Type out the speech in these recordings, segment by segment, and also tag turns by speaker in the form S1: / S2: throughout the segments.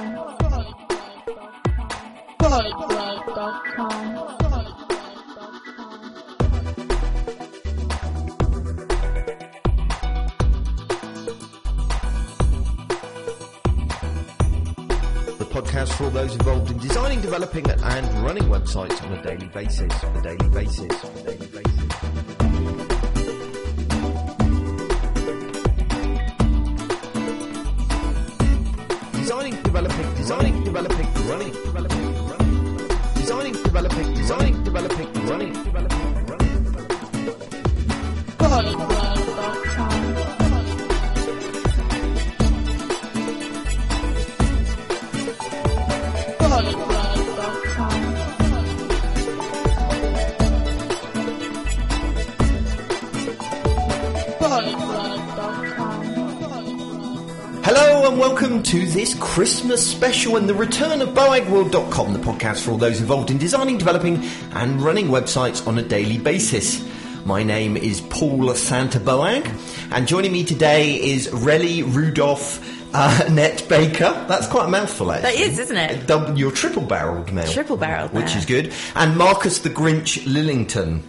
S1: Boydblog.com. Boydblog.com.
S2: the podcast for all those involved in designing, developing, and running websites on a daily basis. On a daily basis. On a daily basis. Designing, developing, designing, developing, running, developing, running. Designing, developing, designing, developing, running, developing, running.
S1: Boydblog.com. Boydblog.com. Boydblog.com.
S2: Hello and welcome to this Christmas special and the return of BoagWorld.com, the podcast for all those involved in designing, developing, and running websites on a daily basis. My name is Paul Santa Boag, and joining me today is Relly Rudolph uh, Net Baker. That's quite a mouthful, actually.
S3: That is, isn't it?
S2: Double, you're triple barreled now.
S3: Triple barreled
S2: Which
S3: now.
S2: is good. And Marcus the Grinch Lillington.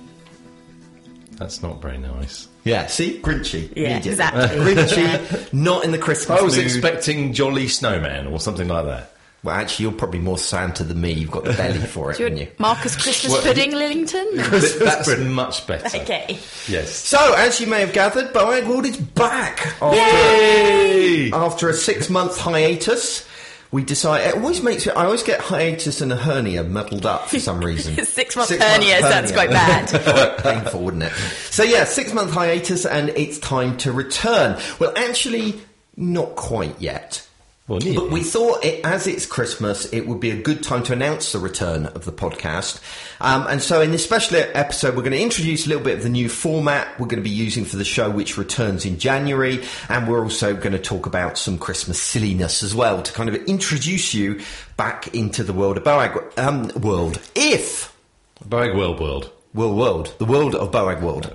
S4: That's not very nice.
S2: Yeah, see? Grinchy.
S3: Yeah,
S2: Need it.
S3: exactly.
S2: Grinchy, not in the Christmas
S4: I was
S2: mood.
S4: expecting Jolly Snowman or something like that.
S2: Well, actually, you're probably more Santa than me. You've got the belly for it,
S3: Do you
S2: haven't you?
S3: want Marcus Christmas
S4: What-
S3: pudding, Lillington?
S4: Th- That's much better.
S3: okay.
S4: Yes.
S2: So, as you may have gathered, Boag World is back after,
S4: Yay!
S2: after a six-month hiatus. We decide. It always makes me. I always get hiatus and a hernia muddled up for some reason.
S3: Six month
S2: Six-month
S3: hernia sounds quite bad.
S2: Quite painful, wouldn't it? So yeah, six-month hiatus, and it's time to return. Well, actually, not quite yet.
S4: Well, nearly.
S2: But we thought, it, as it's Christmas, it would be a good time to announce the return of the podcast. Um, and so, in this special episode, we're going to introduce a little bit of the new format we're going to be using for the show, which returns in January. And we're also going to talk about some Christmas silliness as well to kind of introduce you back into the world of Boag um, World. If,
S4: Bag World World.
S2: well, world, the world of Boag World.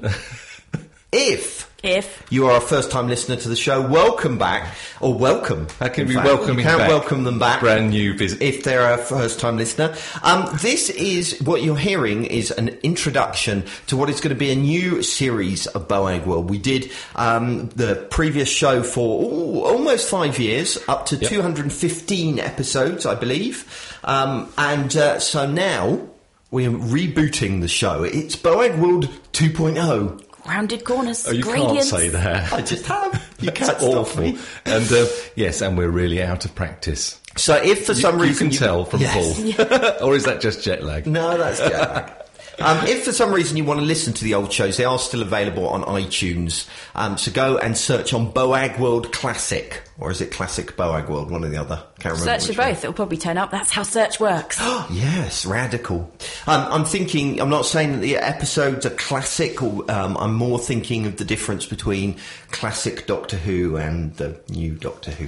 S2: if
S3: If
S2: you are a first time listener to the show, welcome back, or welcome.
S4: How can
S2: in
S4: we
S2: fact.
S4: welcome
S2: You
S4: him
S2: can
S4: back?
S2: welcome them back.
S4: Brand new visit.
S2: if they're a first time listener. Um, this is what you're hearing is an introduction to what is going to be a new series of Boag World. We did um, the previous show for ooh, almost five years, up to 215 episodes, I believe. Um, and uh, so now we're rebooting the show. It's Boag World oh. 2.0.
S3: rounded corners,
S4: oh, you can't
S3: gradients.
S4: say that.
S2: I just have. You
S4: That's
S2: can't stop
S4: awful.
S2: me.
S4: And uh, yes, and we're really out of practice.
S2: So if for some
S4: you,
S2: reason
S4: you can tell from
S2: Yes.
S4: Paul, or is that just jet lag?
S2: No, that's jet lag. Um, if for some reason you want to listen to the old shows, they are still available on iTunes. Um, so go and search on Boag World Classic, or is it Classic Boag World? One or the other. Can't remember.
S3: Search for
S2: which one.
S3: both, it'll probably turn up. That's how search works.
S2: Yes, radical. Um, I'm thinking. I'm not saying that the episodes are classic. Or, um, I'm more thinking of the difference between classic Doctor Who and the new Doctor Who.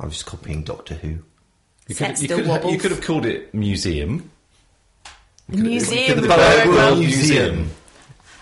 S2: I was copying Doctor Who.
S4: You
S3: Set
S4: you
S3: still
S4: could, you
S3: wobbles.
S4: could have called it museum.
S3: Museum
S2: The
S3: of
S2: Boag
S3: Boag
S2: World
S3: World
S2: Museum.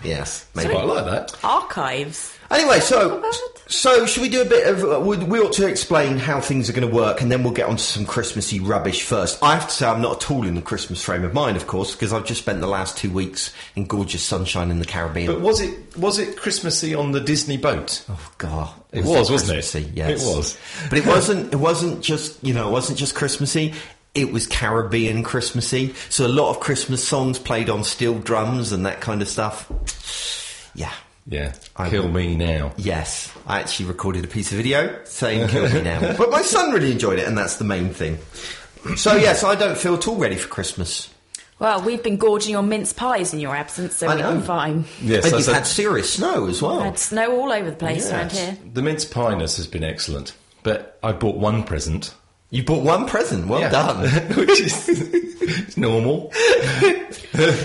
S2: Yes, maybe.
S4: Quite like that.
S3: Archives.
S2: Anyway, so
S3: about it?
S2: so should we do a bit of? Uh, we, we ought to explain how things are going to work, and then we'll get onto some Christmassy rubbish first. I have to say, I'm not at all in the Christmas frame of mind, of course, because I've just spent the last two weeks in gorgeous sunshine in the Caribbean.
S4: But was it was it Christmassy on the Disney boat?
S2: oh God,
S4: It was, wasn't it?
S2: Christmassy, Yes,
S4: It was.
S2: but it wasn't. It wasn't just you know, it wasn't just Christmassy. It was Caribbean Christmassy. So a lot of Christmas songs played on steel drums and that kind of stuff. Yeah.
S4: Yeah,
S2: I
S4: kill
S2: will.
S4: me now.
S2: Yes, I actually recorded a piece of video saying "kill me now," but my son really enjoyed it, and that's the main thing. So yes, I don't feel at all ready for Christmas.
S3: Well, we've been gorging on mince pies in your absence, so
S2: I
S3: we've
S2: know.
S3: been fine.
S4: Yes,
S2: and you've
S4: that's a-
S2: had serious snow as well.
S3: Had snow all over the place around here.
S4: The mince pieness has been excellent, but I bought one present.
S2: You bought one present. Well
S4: Yeah.
S2: done.
S4: which is it's normal.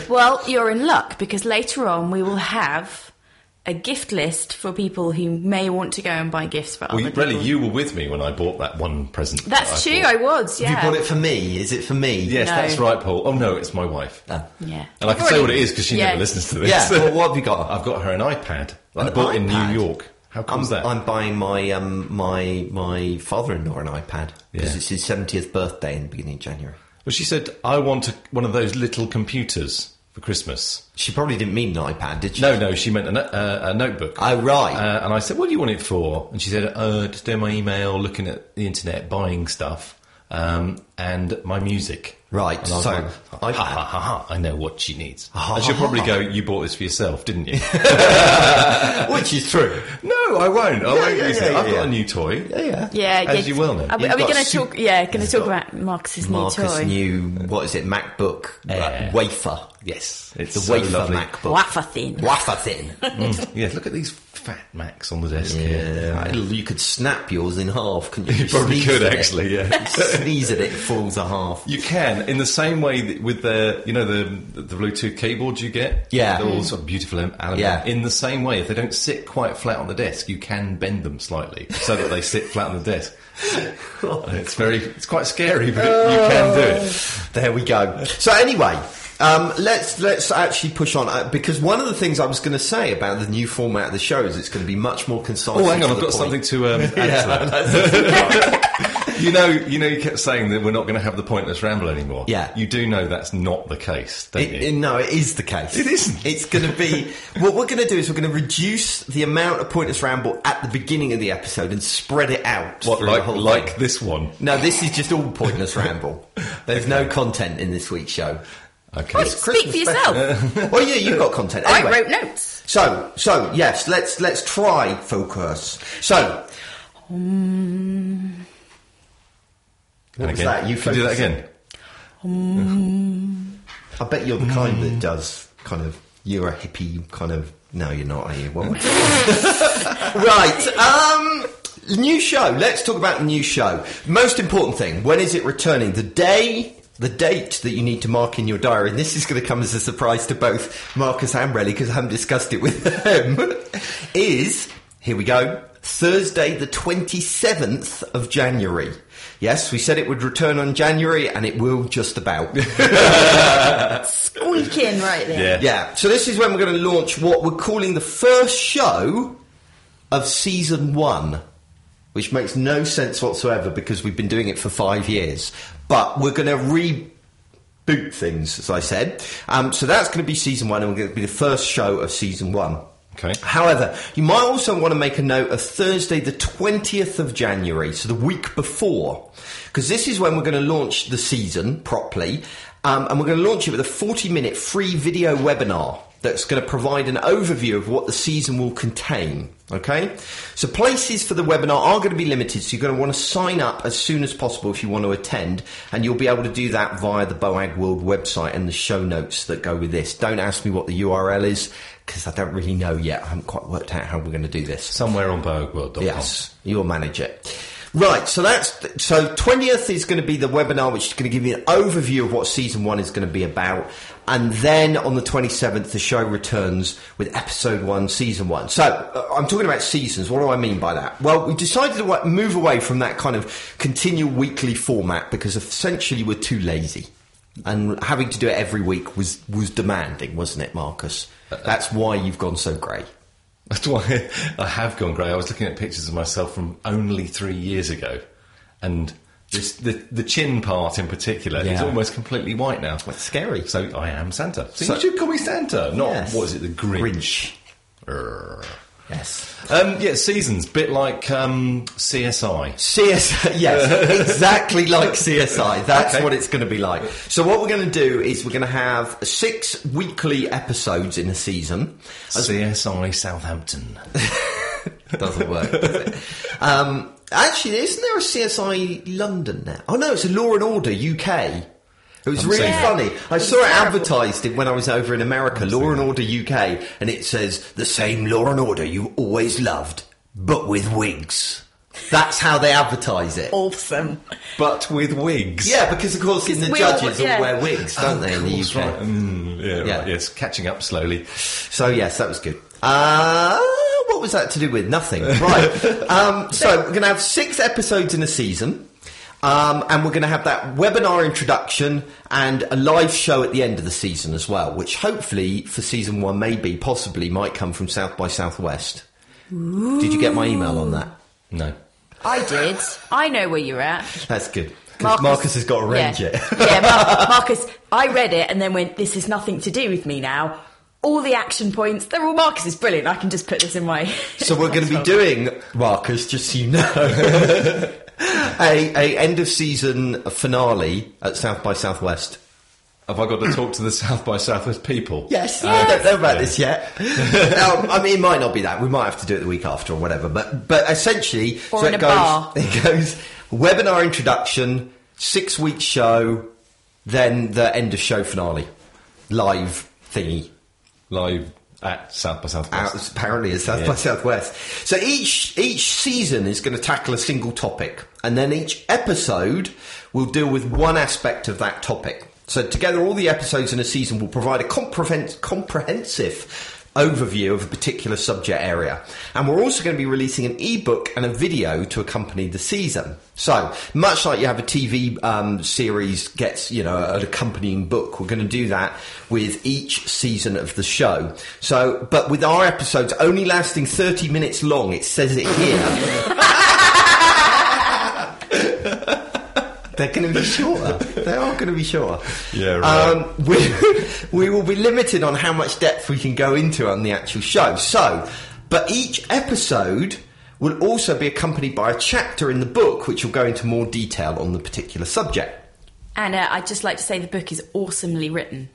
S3: Well, you're in luck because later on we will have a gift list for people who may want to go and buy gifts for
S4: Well,
S3: other
S4: you-
S3: people.
S4: really, you were with me when I bought that one present. that
S3: That's
S4: I
S3: true,
S4: bought.
S3: I was, yeah.
S2: You bought it for me. Is it for me?
S4: Yes,
S3: No.
S4: that's right, Paul. Oh no, it's my wife,
S2: No.
S3: Yeah.
S4: and I can say what it is because she
S3: Yeah.
S4: never listens to this.
S2: Yeah. well, what have you got?
S4: I've got her an iPad that I
S2: An
S4: bought in
S2: iPad?
S4: New York. How cool
S2: I'm,
S4: is that?
S2: I'm buying my um, my my father-in-law an iPad because
S4: Yeah.
S2: it's his 70th birthday in the beginning of January.
S4: Well, she said, I want a, one of those little computers for Christmas.
S2: She probably didn't mean an iPad, did she?
S4: No, no, she meant a, no- uh, a notebook.
S2: Oh, right.
S4: Uh, and I said, what do you want it for? And she said, uh, just doing my email, looking at the internet, buying stuff, um, and my music.
S2: Right,
S4: And I was
S2: so
S4: like, ha,
S2: iPad.
S4: ha, ha, ha, I know what she needs.
S2: ha,
S4: and she'll
S2: ha,
S4: probably
S2: ha.
S4: go, you bought this for yourself, didn't you? Uh,
S2: Which is true.
S4: no, I won't. I won't
S2: yeah,
S4: use
S2: yeah,
S4: it. I've
S2: yeah.
S4: got a new toy.
S2: Yeah, yeah.
S3: Yeah,
S4: As you well know.
S3: Are, we-
S2: You've
S3: are we
S2: got
S3: going to
S2: su-
S3: talk? Yeah, going to talk
S2: got
S3: about Marcus's new
S2: Marcus
S3: toy.
S2: new what is it? MacBook uh,
S4: Yeah.
S2: wafer.
S4: Yes.
S2: It's
S4: It's
S2: the
S4: so
S2: wafer
S4: lovely.
S2: MacBook.
S3: Wafer thin.
S2: Wafer thin.
S4: Yeah, look at these fat Macs on the desk here.
S2: yeah, you could snap yours in half. Couldn't you?
S4: You probably
S2: Sneeze
S4: could,
S2: at it.
S4: actually, yeah.
S2: Sneeze at it, it falls a half.
S4: You can, in the same way that with the you know the the Bluetooth keyboards you get,
S2: Yeah.
S4: they're all sort of beautiful and aluminium.
S2: Yeah.
S4: In the same way, if they don't sit quite flat on the desk, you can bend them slightly so that they sit flat on the desk. And it's very, it's quite scary, but
S2: Oh.
S4: you can do it.
S2: There we go. So anyway, um, let's let's actually push on uh, because one of the things I was going to say about the new format of the show is it's going to be much more concise.
S4: Oh, hang
S2: and
S4: on, I've
S2: to
S4: got
S2: the
S4: something
S2: point.
S4: to um, add to that. you know, you know, you kept saying that we're not going to have the pointless ramble anymore.
S2: Yeah.
S4: you do know that's not the case, don't
S2: It-
S4: you?
S2: it- no, it is the case.
S4: It isn't.
S2: It's going to be what we're going to do is we're going to reduce the amount of pointless ramble at the beginning of the episode and spread it out.
S4: what
S2: through the
S4: like
S2: whole
S4: like
S2: thing.
S4: this one?
S2: No, this is just all pointless ramble. There's no content in this week's show.
S4: Okay.
S3: Speak for yourself.
S2: Well, yeah, you've got content.
S3: I
S2: Anyway.
S3: wrote notes.
S2: So, so yes, let's let's try focus. So, what
S4: And
S2: was
S4: again.
S2: that? You
S4: can do that
S2: focus-
S4: again.
S2: I bet you're the kind that does kind of. You're a hippie kind of. No, you're not. Are you? What right. Um, new show. Let's talk about the new show. Most important thing. When is it returning? The day. The date that you need to mark in your diary, and this is going to come as a surprise to both Marcus and Relly because I haven't discussed it with them, is here we go Thursday, the 27th of January. Yes, we said it would return on January, and it will just about.
S3: Squeak in right there.
S4: Yeah.
S2: Yeah. So this is when we're going to launch what we're calling the first show of season one, which makes no sense whatsoever because we've been doing it for five years. But we're going to reboot things, as I said. Um, so that's going to be season one, and we're going to be the first show of season one.
S4: Okay.
S2: However, you might also want to make a note of Thursday, the 20th of January, so the week before, because this is when we're going to launch the season properly, um, and we're going to launch it with a 40 minute free video webinar that's going to provide an overview of what the season will contain. Okay? So places for the webinar are going to be limited, so you're going to want to sign up as soon as possible if you want to attend, and you'll be able to do that via the BOAG World website and the show notes that go with this. Don't ask me what the URL is, because I don't really know yet. I haven't quite worked out how we're going to do this.
S4: Somewhere on biogworld.com.
S2: Yes, you'll manage it. Right, so that's so twentieth is going to be the webinar, which is going to give you an overview of what season one is going to be about, and then on the twenty seventh, the show returns with episode one, season one. So uh, I'm talking about seasons. What do I mean by that? Well, we decided to wa- move away from that kind of continual weekly format because essentially we're too lazy, and having to do it every week was was demanding, wasn't it, Marcus? That's why you've gone so grey.
S4: That's why I have gone grey. I was looking at pictures of myself from only three years ago, and this, the the chin part in particular is
S2: Yeah.
S4: almost completely white now.
S2: That's scary.
S4: So I am Santa. So,
S2: So-
S4: you should call me Santa, not
S2: Yes.
S4: what is it, the
S2: Grinch.
S4: Grinch? Grr.
S2: Yes.
S4: Um, yeah, seasons, bit like um, CSI.
S2: CSI, yes, exactly like CSI. That's
S4: Okay.
S2: what it's going to be like. So what we're going to do is we're going to have six weekly episodes in a season.
S4: CSI Southampton.
S2: Doesn't work, does it? Um, actually, isn't there a CSI London now? Oh no, it's a Law and Order UK. It was really
S4: seen it.
S2: funny. I
S3: It's
S2: saw it
S3: terrible.
S2: advertised when I was over in America, Law and Order UK, and it says the same Law and Order you always loved, but with wigs. That's how they advertise it.
S3: Awesome.
S4: but with wigs.
S2: Yeah, because of course in the
S3: we all-
S2: judges all,
S3: yeah.
S2: wear wigs, don't they? In the
S4: That's
S2: UK.
S4: right. Mm, yeah,
S2: Yeah.
S4: Right, yes, catching up slowly.
S2: So yes, that was good. Uh, what was that to do with nothing? Right. um, so we're going to have six episodes in a season. Um, and we're going to have that webinar introduction and a live show at the end of the season as well, which hopefully for season one, maybe, possibly might come from South by Southwest. Did you get my email on that?
S4: No.
S3: I did. I know where you're at.
S2: That's good. 'Cause Marcus, has got a range
S3: yeah.
S2: yet.
S3: yeah, Mar- Marcus. I read it and then went, "This has nothing to do with me now." All the action points, they're all Marcus is brilliant. I can just put this in my.
S2: So we're going to be doing Marcus, just so you know, a, a end of season finale at South by Southwest.
S4: Have I got to talk to the South by Southwest people?
S2: Yes,
S4: Ah,
S2: Uh, I don't know about
S4: yeah.
S2: this yet. um, I mean, it might not be that. We might have to do it the week after or whatever. But but essentially,
S3: Or in
S2: it
S3: a
S2: goes.
S3: bar.
S2: It goes webinar introduction, six week show, then the end of show finale, live thingy.
S4: Live at South by Southwest.
S2: out, apparently at South
S4: Yeah.
S2: by Southwest. So each each season is going to tackle a single topic, and then each episode will deal with one aspect of that topic. So together, all the episodes in a season will provide a comprehen- comprehensive overview of a particular subject area. And we're also going to be releasing an ebook and a video to accompany the season. So much like you have a TV um, series gets you know an accompanying book, we're going to do that with each season of the show. So, but with our episodes only lasting thirty minutes long, it says it here. They're going to be shorter. They are going to be shorter.
S4: Yeah, right.
S2: Um, we, we will be limited on how much depth we can go into on the actual show. So, but each episode will also be accompanied by a chapter in the book which will go into more detail on the particular subject.
S3: and uh, I'd just like to say the book is awesomely written.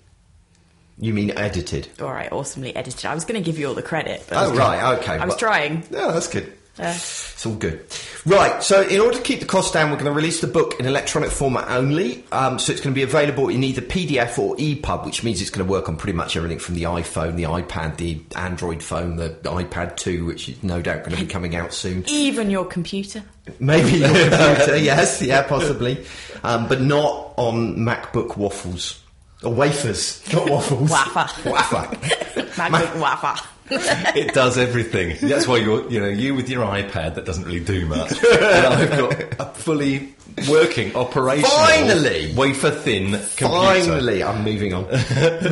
S2: You mean edited?
S3: All right, awesomely edited. I was going to give you all the credit. But
S2: Oh, right, okay.
S3: I was
S2: Well-
S3: trying.
S2: Yeah, that's good.
S3: Yeah.
S2: It's all good. Right, so in order to keep the cost down, we're going to release the book in electronic format only. Um, so it's going to be available in either PDF or E EPUB, which means it's going to work on pretty much everything from the iPhone, the iPad, the Android phone, the iPad 2, which is no doubt going to be coming out soon.
S3: Even your computer.
S2: Maybe your computer, yes, yeah, possibly. Um, but not on MacBook waffles. Or wafers, not waffles.
S3: Wafer.
S2: Wafer.
S3: MacBook wafer.
S4: it does everything. That's why you're, you know, you with your iPad that doesn't really do much. and I've got a fully working, operational,
S2: Finally!
S4: wafer thin computer.
S2: Finally, I'm moving on.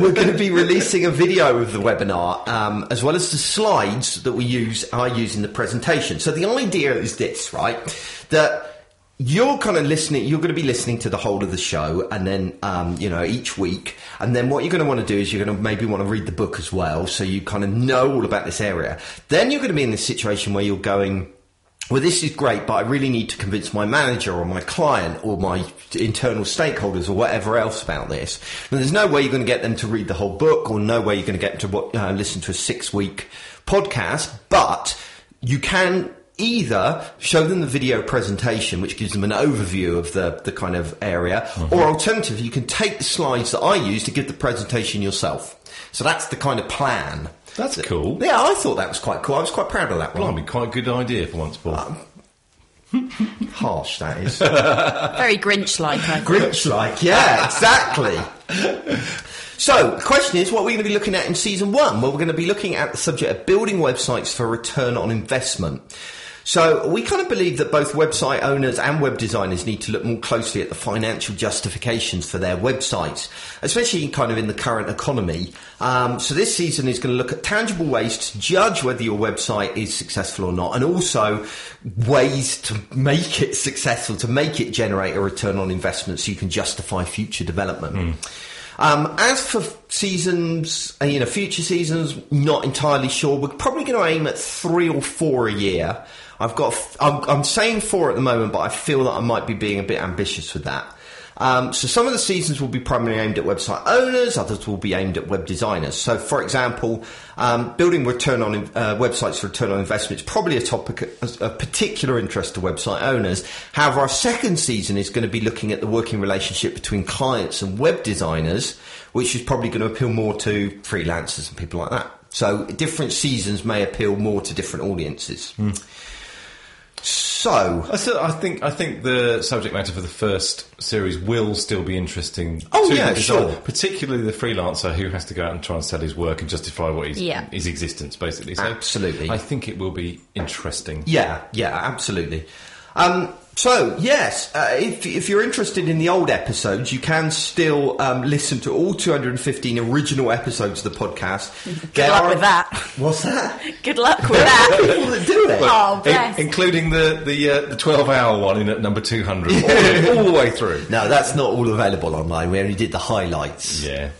S2: We're going to be releasing a video of the webinar, um, as well as the slides that we use I use in the presentation. So the idea is this, right? That you're kind of listening. You're going to be listening to the whole of the show, and then um, you know each week. And then what you're going to want to do is you're going to maybe want to read the book as well, so you kind of know all about this area. Then you're going to be in this situation where you're going well, this is great, but I really need to convince my manager or my client or my internal stakeholders or whatever else about this. And there's no way you're going to get them to read the whole book or no way you're going to get them to wa- uh, listen to a six week podcast, but you can either show them the video presentation, which gives them an overview of the, the kind of area, or alternatively, you can take the slides that I use to give the presentation yourself. So that's the kind of plan.
S4: That's cool.
S2: Yeah, I thought that was quite cool. I was quite proud of that one.
S4: Blimey, quite a good idea for once, Paul.
S2: Um, Harsh, that is.
S3: Very Grinch-like. I think.
S2: Grinch like, yeah, exactly. So, the question is, what are we going to be looking at in season one? Well, we're going to be looking at the subject of building websites for return on investment. So, we kind of believe that both website owners and web designers need to look more closely at the financial justifications for their websites, especially kind of in the current economy. Um, so, this season is going to look at tangible ways to judge whether your website is successful or not, and also ways to make it successful, to make it generate a return on investment so you can justify future development. Um, as for seasons, uh, you know, future seasons, not entirely sure. We're probably going to aim at three or four a year. I've got, I'm, I'm saying four at the moment, but I feel that I might be being a bit ambitious with that. Um, so some of the seasons will be primarily aimed at website owners, others will be aimed at web designers. So, for example, um, building return on in- uh, websites for return on investment is probably a topic of of particular interest to website owners. However, our second season is going to be looking at the working relationship between clients and web designers, which is probably going to appeal more to freelancers and people like that. So, different seasons may appeal more to different audiences. So,
S4: I, still, I think I think the subject matter for the first series will still be interesting.
S2: Oh,
S4: to
S2: yeah,
S4: the designer,
S2: sure.
S4: Particularly the freelancer who has to go out and try and sell his work and justify what he's,
S3: Yeah.
S4: his existence, basically. So
S2: Absolutely.
S4: I think it will be interesting.
S2: Yeah, yeah, absolutely. Um, So, yes, uh, if, if you're interested in the old episodes, you can still um, listen to all 215 original episodes of the podcast. Good
S3: luck with that.
S2: What's that?
S3: Good luck with that.
S2: People that do it.
S4: But
S3: Oh, bless.
S4: including the the uh, the twelve hour one in at number two hundred, all, the- all the way through.
S2: No, that's not all available online. We only did the highlights.
S4: Yeah,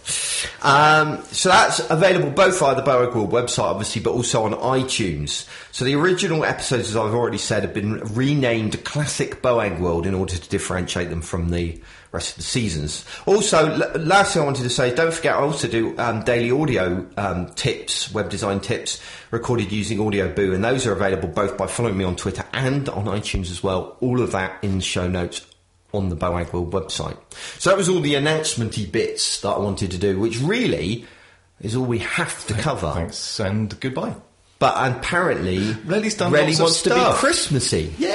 S2: Um, so that's available both via the Boa Grill website, obviously, but also on iTunes. So the original episodes, as I've already said, have been renamed Classic Boag World in order to differentiate them from the rest of the seasons. Also, l- last thing I wanted to say, don't forget I also do um, daily audio um, tips, web design tips, recorded using Audio Boo, and those are available both by following me on Twitter and on iTunes as well. All of that in the show notes on the Boag World website. So that was all the announcementy bits that I wanted to do, which really is all we have to cover.
S4: thanks and goodbye.
S2: But apparently,
S4: Relly's done
S2: Relly
S4: lots of
S2: wants to be
S4: stuff.
S2: Christmassy.
S4: Yeah,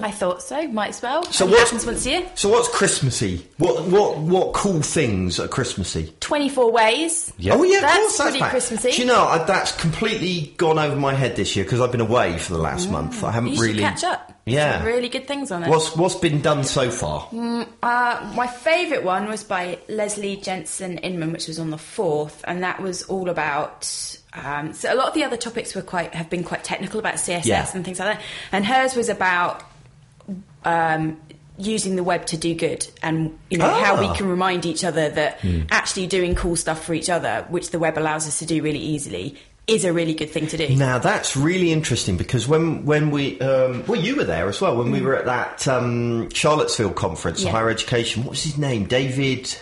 S3: I thought so. Might as well.
S2: So
S3: So
S2: what-
S3: what happens once a year?
S2: So what's Christmassy? What what what cool things are Christmassy?
S3: Twenty-four ways.
S4: Yeah.
S2: Oh yeah, of
S3: That's
S2: course, that's
S3: pretty
S2: back.
S3: Christmassy.
S2: Do you know I, that's completely gone over my head this year because I've been away for the last month. I haven't
S3: Mm. You should
S2: really
S3: catch up. eh?
S2: Yeah.
S3: Some really good things on it.
S2: What's what's been done so far?
S3: Uh, my favourite one was by Leslie Jensen Inman, which was on the fourth, and that was all about. Um, so a lot of the other topics were quite have been quite technical about CSS
S2: Yeah.
S3: and things like that, and hers was about um, using the web to do good, and you know how
S2: Ah. Hmm.
S3: we can remind each other that actually doing cool stuff for each other, which the web allows us to do really easily, is a really good thing to do.
S2: Now that's really interesting because when when we um, well you were there as well when we were at that um, Charlottesville conference
S3: Mm. Yeah.
S2: higher education what was his name David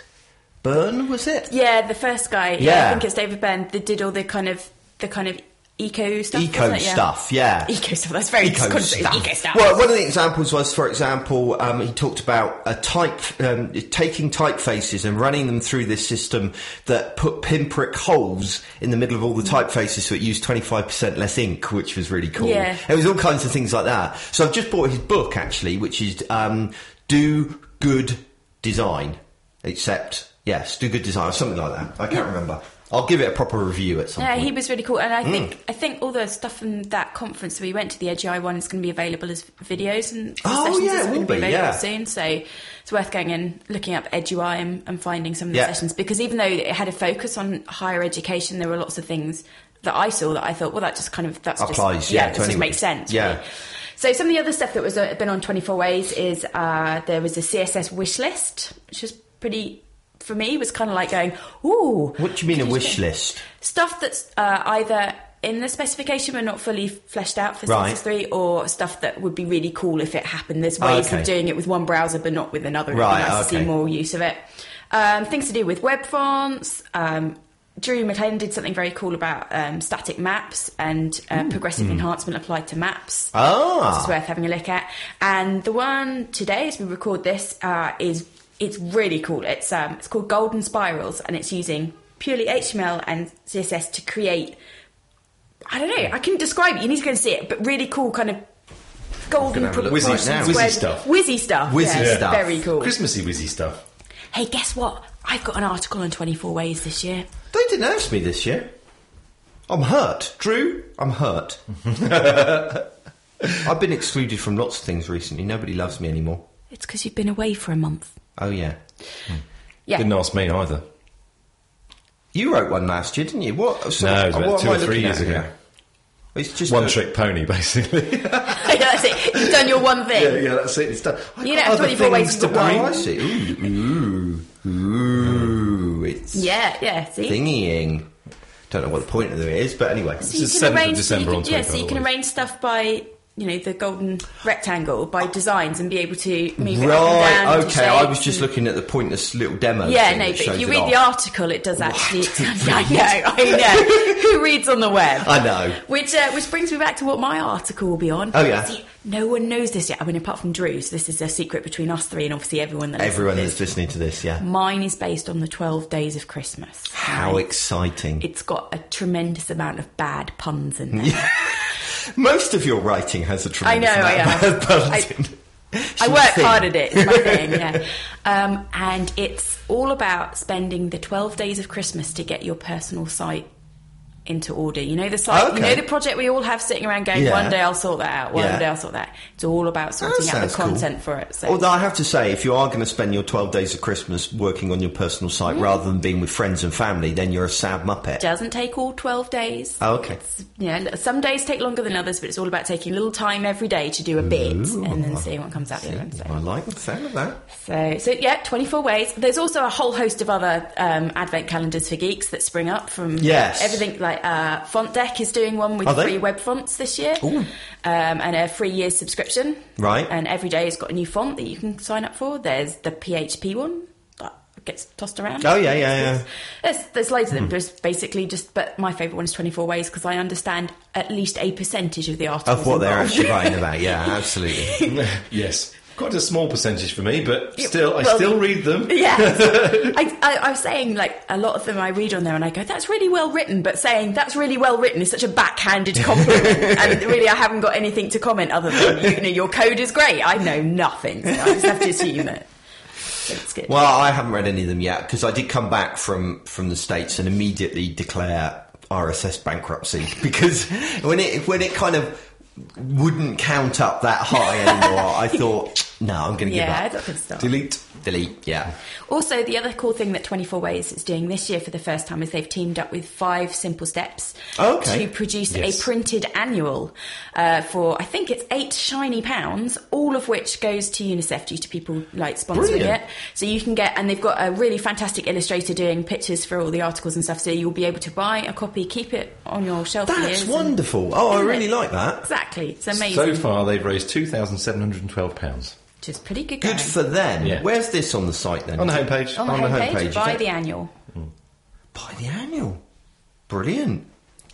S2: Byrne was it
S3: Yeah, the first guy. Yeah,
S2: Yeah.
S3: I think it's David Byrne that did all the kind of the kind of eco stuff.
S2: eco
S3: wasn't it? Yeah.
S2: stuff yeah
S3: Eco stuff. That's very
S2: eco
S3: eco
S2: stuff.
S3: Eco stuff.
S2: Well, one of the examples was, for example, um, he talked about a type um, taking typefaces and running them through this system that put pinprick holes in the middle of all the
S3: Mm.
S2: typefaces, so it used twenty five percent less ink, which was really cool.
S3: Yeah.
S2: it was all kinds of things like that. So I've just bought his book actually, which is um, "Do Good Design," except yes, "Do Good Design" or something like that. I can't remember. I'll give it a proper review at some
S3: yeah,
S2: point. Mm.
S3: he was really cool, and I think I think all the stuff from that conference we went to, the AGI one, is going to be available as videos and the
S2: Oh,
S3: sessions
S2: yeah,
S3: is
S2: it
S3: going
S2: will
S3: to be
S2: be,
S3: available
S2: yeah.
S3: soon. So it's worth going and looking up EduI and, and finding some of the
S2: Yeah.
S3: sessions because even though it had a focus on higher education, there were lots of things that I saw that I thought, well, that just kind of that's
S2: Applies,
S3: just,
S2: yeah,
S3: that
S2: to
S3: just
S2: anyone.
S3: makes sense.
S2: Yeah.
S3: really. So some of the other stuff that was uh, been on 24 Ways is uh, there was a CSS wish list, which was pretty for me was kind of like going, ooh.
S2: what do you mean a
S3: could
S2: wish
S3: do-
S2: list?
S3: stuff that's uh, either in the specification but not fully fleshed out for
S2: Right.
S3: 663 or stuff that would be really cool if it happened there's ways
S2: okay.
S3: of doing it with one browser but not with another
S2: Right,
S3: it'd be nice to
S2: okay.
S3: see more use of it um, things to do with web fonts um, drew mclean did something very cool about um, static maps and uh,
S2: Hmm.
S3: progressive enhancement applied to maps
S2: Ah,
S3: it's worth having a look at. And the one today, as we record this, uh, is it's really cool. It's um, it's called Golden Spirals, and it's using purely HTML and CSS to create. I don't know. I can describe it. You need to go and see it, but really cool kind of golden
S2: have a look
S4: Wizzy,
S2: Right now.
S4: wizzy
S3: squared-
S4: stuff,
S3: Wizzy stuff.
S2: Wizzy
S3: yeah, it's
S2: stuff.
S3: Very cool.
S4: Christmassy wizzy stuff.
S3: Hey, guess what? I've got an article on 24 ways this year.
S2: They didn't ask me this year. I'm hurt. Drew, I'm hurt. I've been excluded from lots of things recently. Nobody loves me anymore.
S3: It's because you've been away for a month.
S2: Oh, yeah.
S3: Yeah.
S4: Didn't ask me either.
S2: You wrote one last year, didn't you? What? so
S4: No, it was
S2: what
S4: about two
S2: am I
S4: or three
S2: looking
S4: years
S2: at
S4: ago.
S2: here? It's just
S4: One
S2: a-
S4: trick pony, basically.
S3: That's it. You've done your one thing.
S4: yeah, that's it. It's done. I've
S3: You don't
S4: got
S3: have
S4: other
S3: 24 ways
S4: things
S3: to
S4: to
S2: Oh,
S4: bring.
S2: I see. Ooh, ooh, ooh. It's
S3: Yeah, yeah. See?
S2: thingying. Don't know what the point of it is, but anyway.
S3: So you
S4: It's
S3: can
S4: the 7th of
S3: arrange,
S4: December
S3: so you
S4: on
S3: can, yeah, so you
S4: 24
S3: can
S4: ways.
S3: arrange stuff by you know the golden rectangle by designs and be able to move it up and down.
S2: Oh. Right,
S3: into
S2: okay. I was
S3: shapes
S2: just
S3: and-
S2: looking at the pointless little demo.
S3: Yeah,
S2: thing
S3: no,
S2: that
S3: but if
S2: shows
S3: you
S2: it
S3: read
S2: off.
S3: the article, it does actually. I know, I know. Who reads on the web?
S2: I know.
S3: Which, uh, which brings me back to what my article will be on.
S2: Oh, yeah.
S3: See, no one knows this yet. I mean, apart from Drew, so this is a secret between us three and obviously everyone that. listens to
S2: Everyone
S3: this.
S2: that's listening to this, yeah.
S3: Mine is based on the Twelve Days of Christmas.
S2: How exciting.
S3: It's got a tremendous amount of bad puns in there.
S2: Most of your writing has a tremendous
S3: I know,
S2: amount
S3: I
S2: of bad
S3: I-
S2: puns in. It's
S3: I
S2: your
S3: work
S2: thing.
S3: hard at it. It's my thing, yeah. Um, and it's all about spending the 12 days of Christmas to get your personal site into order. You know the site, you know
S2: Okay.
S3: the project we all have sitting around going,
S2: Yeah.
S3: one day I'll sort that out, one
S2: Yeah.
S3: day I'll sort that. It's all about sorting out the
S2: sounds cool.
S3: content for it. So
S2: Although I have to say, if you are going to spend your 12 days of Christmas working on your personal site
S3: Mm-hmm.
S2: rather than being with friends and family, then you're a sad muppet.
S3: doesn't take all 12 days.
S2: Oh, okay.
S3: Yeah, look, some days take longer than others, but it's all about taking a little time every day to do a bit and then seeing what comes out the other end.
S2: I
S3: So,
S2: like the sound of that.
S3: so, so, yeah, 24 ways. There's also a whole host of other um, advent calendars for geeks that spring up from
S2: Yes.
S3: everything. Like uh, Font Deck is doing one with
S2: Are they?
S3: free web fonts this year
S2: Ooh.
S3: um, and a free year subscription.
S2: Right.
S3: And every day it's got a new font that you can sign up for. There's the PHP one that gets tossed around.
S2: Oh, Hmm. yeah, yeah, yeah.
S3: There's, there's loads of them. There's basically just, but my favourite one is 24 ways because I understand at least a percentage of the articles
S2: Of what they're
S3: involved.
S2: actually writing about. Yeah, absolutely.
S4: yes. Quite a small percentage for me, but
S3: Yeah,
S4: still, I
S3: well-
S4: still read them.
S3: yeah, I, I, I was saying like a lot of them I read on there and I go, that's really well written. But saying that's really well written is such a backhanded compliment, and really I haven't got anything to comment other than you know your code is great. I know nothing, so I just have to assume it. So it's good.
S2: Well, I haven't read any of them yet because I did come back from from the states and immediately declare RSS bankruptcy because when it when it kind of wouldn't count up that high anymore, I thought, no, I'm going to
S3: yeah, I
S2: give up.
S3: got good stuff.
S4: Delete.
S2: Delete. Yeah.
S3: Also, the other cool thing that 24 Ways is doing this year for the first time is they've teamed up with five simple steps
S2: Okay.
S3: to produce
S4: Yes.
S3: a printed annual uh, for, I think it's eight shiny pounds, all of which goes to UNICEF due to people like sponsoring
S2: Brilliant.
S3: it. So you can get, and they've got a really fantastic illustrator doing pictures for all the articles and stuff. So you'll be able to buy a copy, keep it on your shelf. for years
S2: That's
S3: and-
S2: wonderful. Oh, I
S3: Isn't
S2: really
S3: it?
S2: like that.
S3: Exactly. It's amazing.
S4: So far, they've raised two thousand seven hundred and twelve pounds
S3: which is pretty good.
S2: Good
S3: going.
S2: for them.
S4: Yeah.
S2: Where's this on the site then?
S4: on the homepage.
S3: on the
S2: on the
S3: homepage,
S2: homepage, is
S3: buy
S2: it?
S3: the annual.
S2: Buy the annual. Brilliant.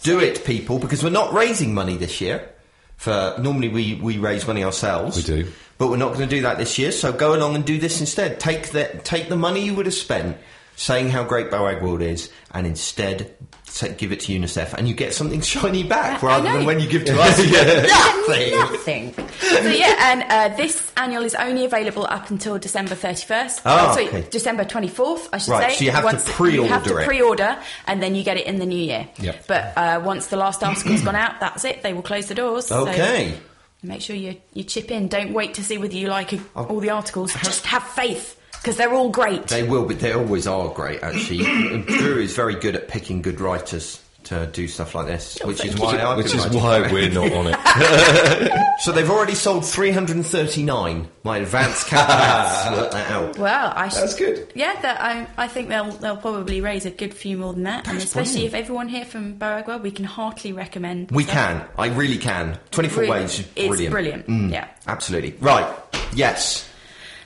S2: Do it, people, because we're not raising money this year. For normally we, we raise money ourselves.
S4: We do.
S2: But we're not going to do that this year, so go along and do this instead. Take the take the money you would have spent saying how great Boag World is and instead sa- give it to UNICEF and you get something shiny back
S3: I- I
S2: rather than
S3: know.
S2: when you give to us you get nothing.
S3: Nothing. so yeah, and uh, this annual is only available up until December thirty first.
S2: Ah,
S3: sorry,
S2: okay.
S3: December twenty fourth, I should
S2: Right,
S3: say.
S2: so you have to
S3: You have to
S2: pre-order it.
S3: pre-order, and then you get it in the new year.
S4: Yep.
S3: But uh, once the last article's gone out, that's it. They will close the doors. so
S2: Okay.
S3: make sure you you chip in. Don't wait to see whether you like
S2: Oh.
S3: all the articles.
S2: Have-
S3: Just have faith because they're all great.
S2: They will, but they always are great. Actually, Drew is very good at picking good writers to do stuff like this,
S3: Oh,
S2: Oh, which is why I
S4: Which
S2: could
S4: is
S2: write it.
S4: why we're not on it.
S2: So they've already sold 339. My advanced cat maths worked that out.
S3: well, I should,
S4: That's good.
S3: Yeah, that, I, I think they'll they'll probably raise a good few more than that, and especially if everyone here from Baragua, we can heartily recommend.
S2: We
S3: stuff.
S2: can. I really can. 24
S3: Really-
S2: ways is
S3: It's
S2: brilliant. Mm,
S3: brilliant. Yeah.
S2: Absolutely. Right. Yes.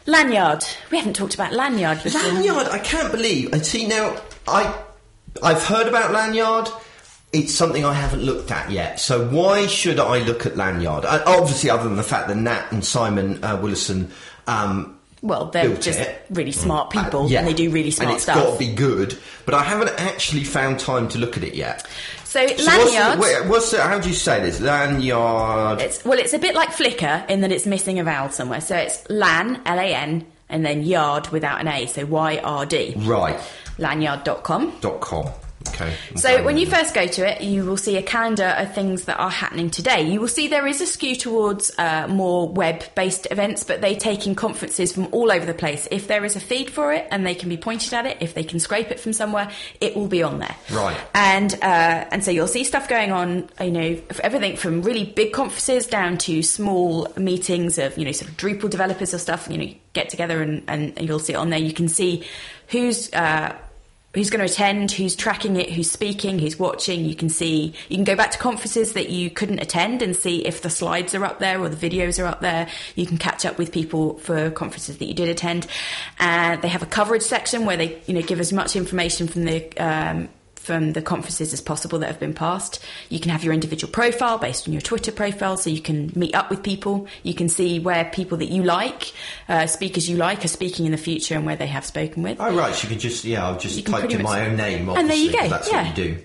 S3: Lanyard. We haven't talked about lanyard before.
S2: Lanyard, I can't believe. I see now. I, I've heard about lanyard. It's something I haven't looked at yet. So why should I look at lanyard? Uh, obviously, other than the fact that Nat and Simon uh, Willison. Um,
S3: Well, they're
S2: built
S3: just
S2: it.
S3: really smart people,
S2: yeah.
S3: and they do really smart
S2: and it's
S3: stuff.
S2: got to be good, but I haven't actually found time to look at it yet.
S3: so
S2: So what's the-
S3: lanyard.
S2: wait, What's the, how do you say this? Lanyard.
S3: It's well, it's a bit like Flickr in that it's missing a vowel somewhere. So it's lan, L A N, and then yard without an A. So Y R D.
S2: Right.
S3: Lanyard.com.
S2: Dot com. Okay.
S3: So when you first go to it, you will see a calendar of things that are happening today. You will see there is a skew towards uh, more web-based events, but they take in conferences from all over the place. If there is a feed for it and they can be pointed at it, if they can scrape it from somewhere, it will be on there.
S2: Right.
S3: And uh, and so you'll see stuff going on. You know, f- everything from really big conferences down to small meetings of you know sort of Drupal developers or stuff. You know, get together and and you'll see it on there. You can see who's. Uh, who's going to attend, who's tracking it, who's speaking, who's watching. You can see, you can go back to conferences that you couldn't attend and see if the slides are up there or the videos are up there. You can catch up with people for conferences that you did attend. And they have a coverage section where they, you know, give as much information from the, um, from the conferences as possible that have been passed. You can have your individual profile based on your Twitter profile, so you can meet up with people. You can see where people that you like, uh, speakers you like, are speaking in the future and where they have spoken with.
S2: Oh right, so you can just yeah, I'll just
S3: You can
S2: type
S3: pretty
S2: in
S3: much-
S2: my own name.
S3: And there you
S2: obviously, 'cause
S3: go,
S2: That's
S3: yeah.
S2: what you do.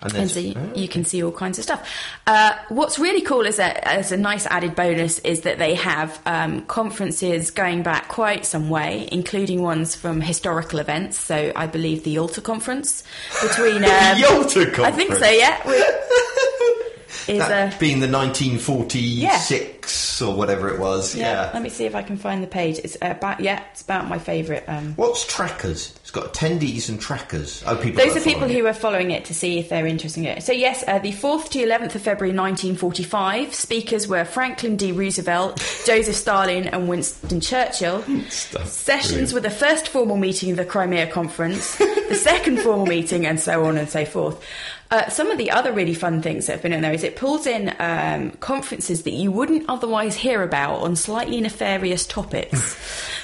S2: And
S3: and
S2: there's
S3: so you, you can see all kinds of stuff. Uh, what's really cool is that as a nice added bonus is that they have um, conferences going back quite some way, including ones from historical events. So I believe the Yalta conference between um,
S2: Yalta Conference.
S3: I think so. Yeah, we, is uh,
S2: That
S3: a
S2: being the 1946 or whatever it was.
S3: yeah, um,
S2: Yeah.
S3: Let me see if I can find the page. It's about yeah, it's about my favourite. Um,
S2: What's trackers? It's got attendees and trackers. Oh, people.
S3: Those
S2: that
S3: are people
S2: following
S3: who
S2: it.
S3: are following it to see if they're interested in it. So, yes, uh, the 4th to 11th of February 1945, speakers were Franklin D. Roosevelt, Joseph Stalin, and Winston Churchill. Sessions
S4: brilliant.
S3: were the first formal meeting of the Crimea Conference, the second formal meeting, and so on and so forth. Uh, some of the other really fun things that have been in there is it pulls in um, conferences that you wouldn't otherwise hear about on slightly nefarious topics.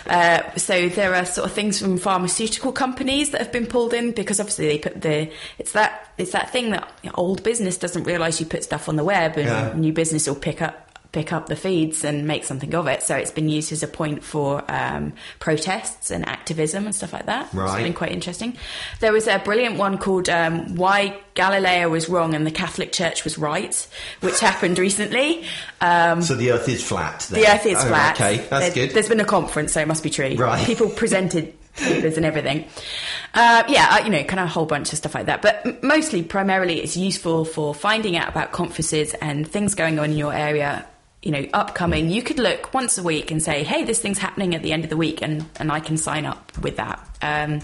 S3: uh, so there are sort of things from pharmaceutical companies that have been pulled in because obviously they put the it's that it's that thing that old business doesn't realise you put stuff on the web and
S2: Yeah.
S3: new business will pick up pick up the feeds and make something of it. So it's been used as a point for um, protests and activism and stuff like that. So
S2: Right.
S3: It's been quite interesting. There was a brilliant one called um, Why Galileo Was Wrong and the Catholic Church Was Right, which happened recently.
S2: So the Earth is flat.
S3: The
S2: then.
S3: Earth is
S2: Oh,
S3: flat.
S2: Okay, that's
S3: There-
S2: good.
S3: There's been a conference, so it must be true.
S2: Right.
S3: People presented papers and everything. Uh, yeah, uh, you know, kind of a whole bunch of stuff like that. But m- mostly, primarily, it's useful for finding out about conferences and things going on in your area. You know, upcoming. You could look once a week and say, "Hey, this thing's happening at the end of the week," and and I can sign up with that. Um,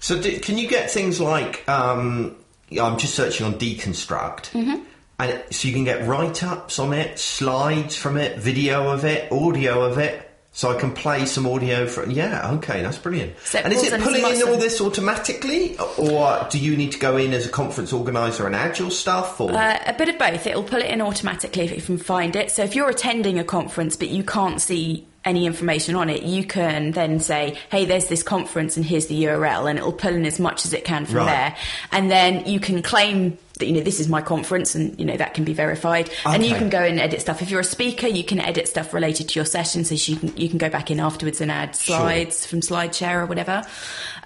S2: So, do, can you get things like um, yeah, I'm just searching on deconstruct,
S3: Mm-hmm.
S2: and it- so you can get write-ups on it, slides from it, video of it, audio of it. So I can play some audio from. Yeah, okay, that's brilliant.
S3: So it
S2: and is
S3: pulls
S2: it
S3: in
S2: pulling
S3: some
S2: in all
S3: awesome-
S2: this automatically, or do you need to go in as a conference organizer and add your stuff? Or
S3: Uh, a bit of both. It'll pull it in automatically if you can find it. So if you're attending a conference but you can't see any information on it, you can then say, "Hey, there's this conference and here's the URL," and it'll pull in as much as it can from
S2: Right.
S3: there. And then you can claim that you know this is my conference, and you know that can be verified. And you
S2: Okay.
S3: can go and edit stuff. If you're a speaker, you can edit stuff related to your session, so you can you can go back in afterwards and add slides from SlideShare or whatever.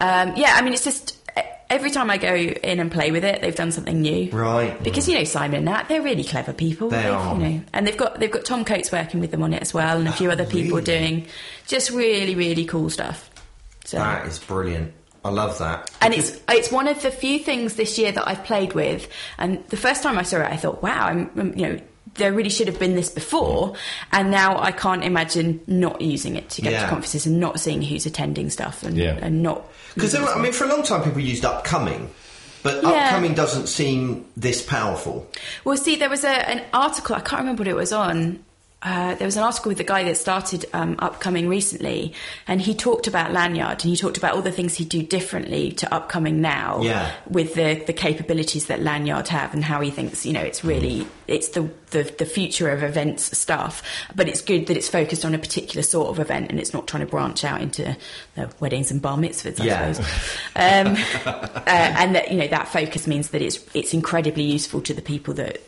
S3: Um, yeah, I mean, it's just. e- Every time I go in and play with it, they've done something new.
S2: Right.
S3: Because you know Simon and Nat, they're really clever people.
S2: They
S3: They've,
S2: are.
S3: You know, and they've got they've got Tom Coates working with them on it as well, and a few other people
S2: Oh, really?
S3: doing just really really cool stuff. So.
S2: that is brilliant. I love that.
S3: And it's it's one of the few things this year that I've played with. And the first time I saw it, I thought, wow, I'm I'm- you know. There really should have been this before, and now I can't imagine not using it to get
S2: Yeah.
S3: to conferences and not seeing who's attending stuff and,
S4: Yeah.
S3: and not
S2: Because I mean, for a long time, people used upcoming, but
S3: Yeah.
S2: upcoming doesn't seem this powerful.
S3: Well, see, there was a, an article, I can't remember what it was on. Uh, there was an article with the guy that started um, Upcoming recently, and he talked about Lanyard and he talked about all the things he'd do differently to Upcoming now
S2: Yeah.
S3: with the, the capabilities that Lanyard have and how he thinks, you know, it's really, it's the, the, the future of events stuff, but it's good that it's focused on a particular sort of event and it's not trying to branch out into the weddings and bar mitzvahs, I
S2: Yeah.
S3: suppose um, uh, and that you know that focus means that it's it's incredibly useful to the people that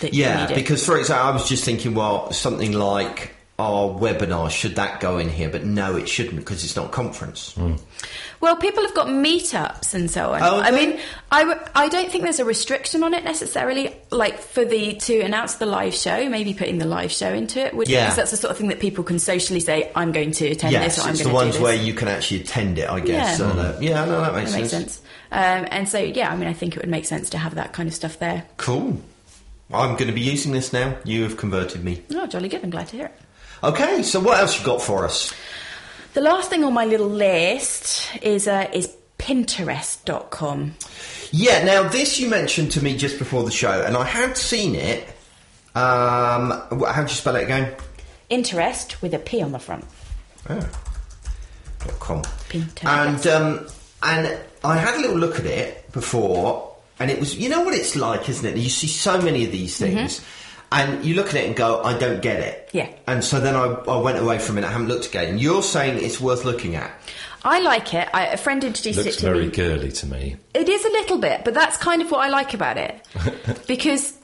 S3: that
S2: Yeah,
S3: need it.
S2: because for example, I was just thinking, well, something like our webinar should that go in here? But no, it shouldn't because it's not conference.
S3: well, people have got meetups and so on.
S2: Oh,
S3: I
S2: okay.
S3: mean, I, w- I don't think there's a restriction on it necessarily. Like for the to announce the live show, maybe putting the live show into it, would
S2: Yeah.
S3: because that's the sort of thing that people can socially say, "I'm going to attend
S2: Yes,
S3: this," or "I'm
S2: it's
S3: going to
S2: the
S3: do
S2: ones
S3: this."
S2: where you can actually attend it. I guess.
S3: Yeah.
S2: Yeah, yeah no, that makes,
S3: that makes sense. Um, and so, yeah, I mean, I think it would make sense to have that kind of stuff there.
S2: Cool. I'm going to be using this now. You have converted me.
S3: Oh, jolly good. I'm glad to hear it.
S2: Okay, so what else you got for us?
S3: The last thing on my little list is uh, is Pinterest.com.
S2: Yeah, now this you mentioned to me just before the show, and I had seen it. Um, wh- how do you spell it again?
S3: Interest with a P on the front.
S2: Oh. Dot com.
S3: Pinterest.
S2: And um, and I had a little look at it before, and it was you know what it's like, isn't it? You see so many of these things, and you look at it and go, I don't get it.
S3: Mm-hmm. Yeah.
S2: And so then I, I went away from it. I haven't looked again. You're saying it's worth looking at.
S3: I like it. I, a friend introduced
S4: Looks
S3: it to
S4: very
S3: me.
S4: girly to me.
S3: It is a little bit, but that's kind of what I like about it because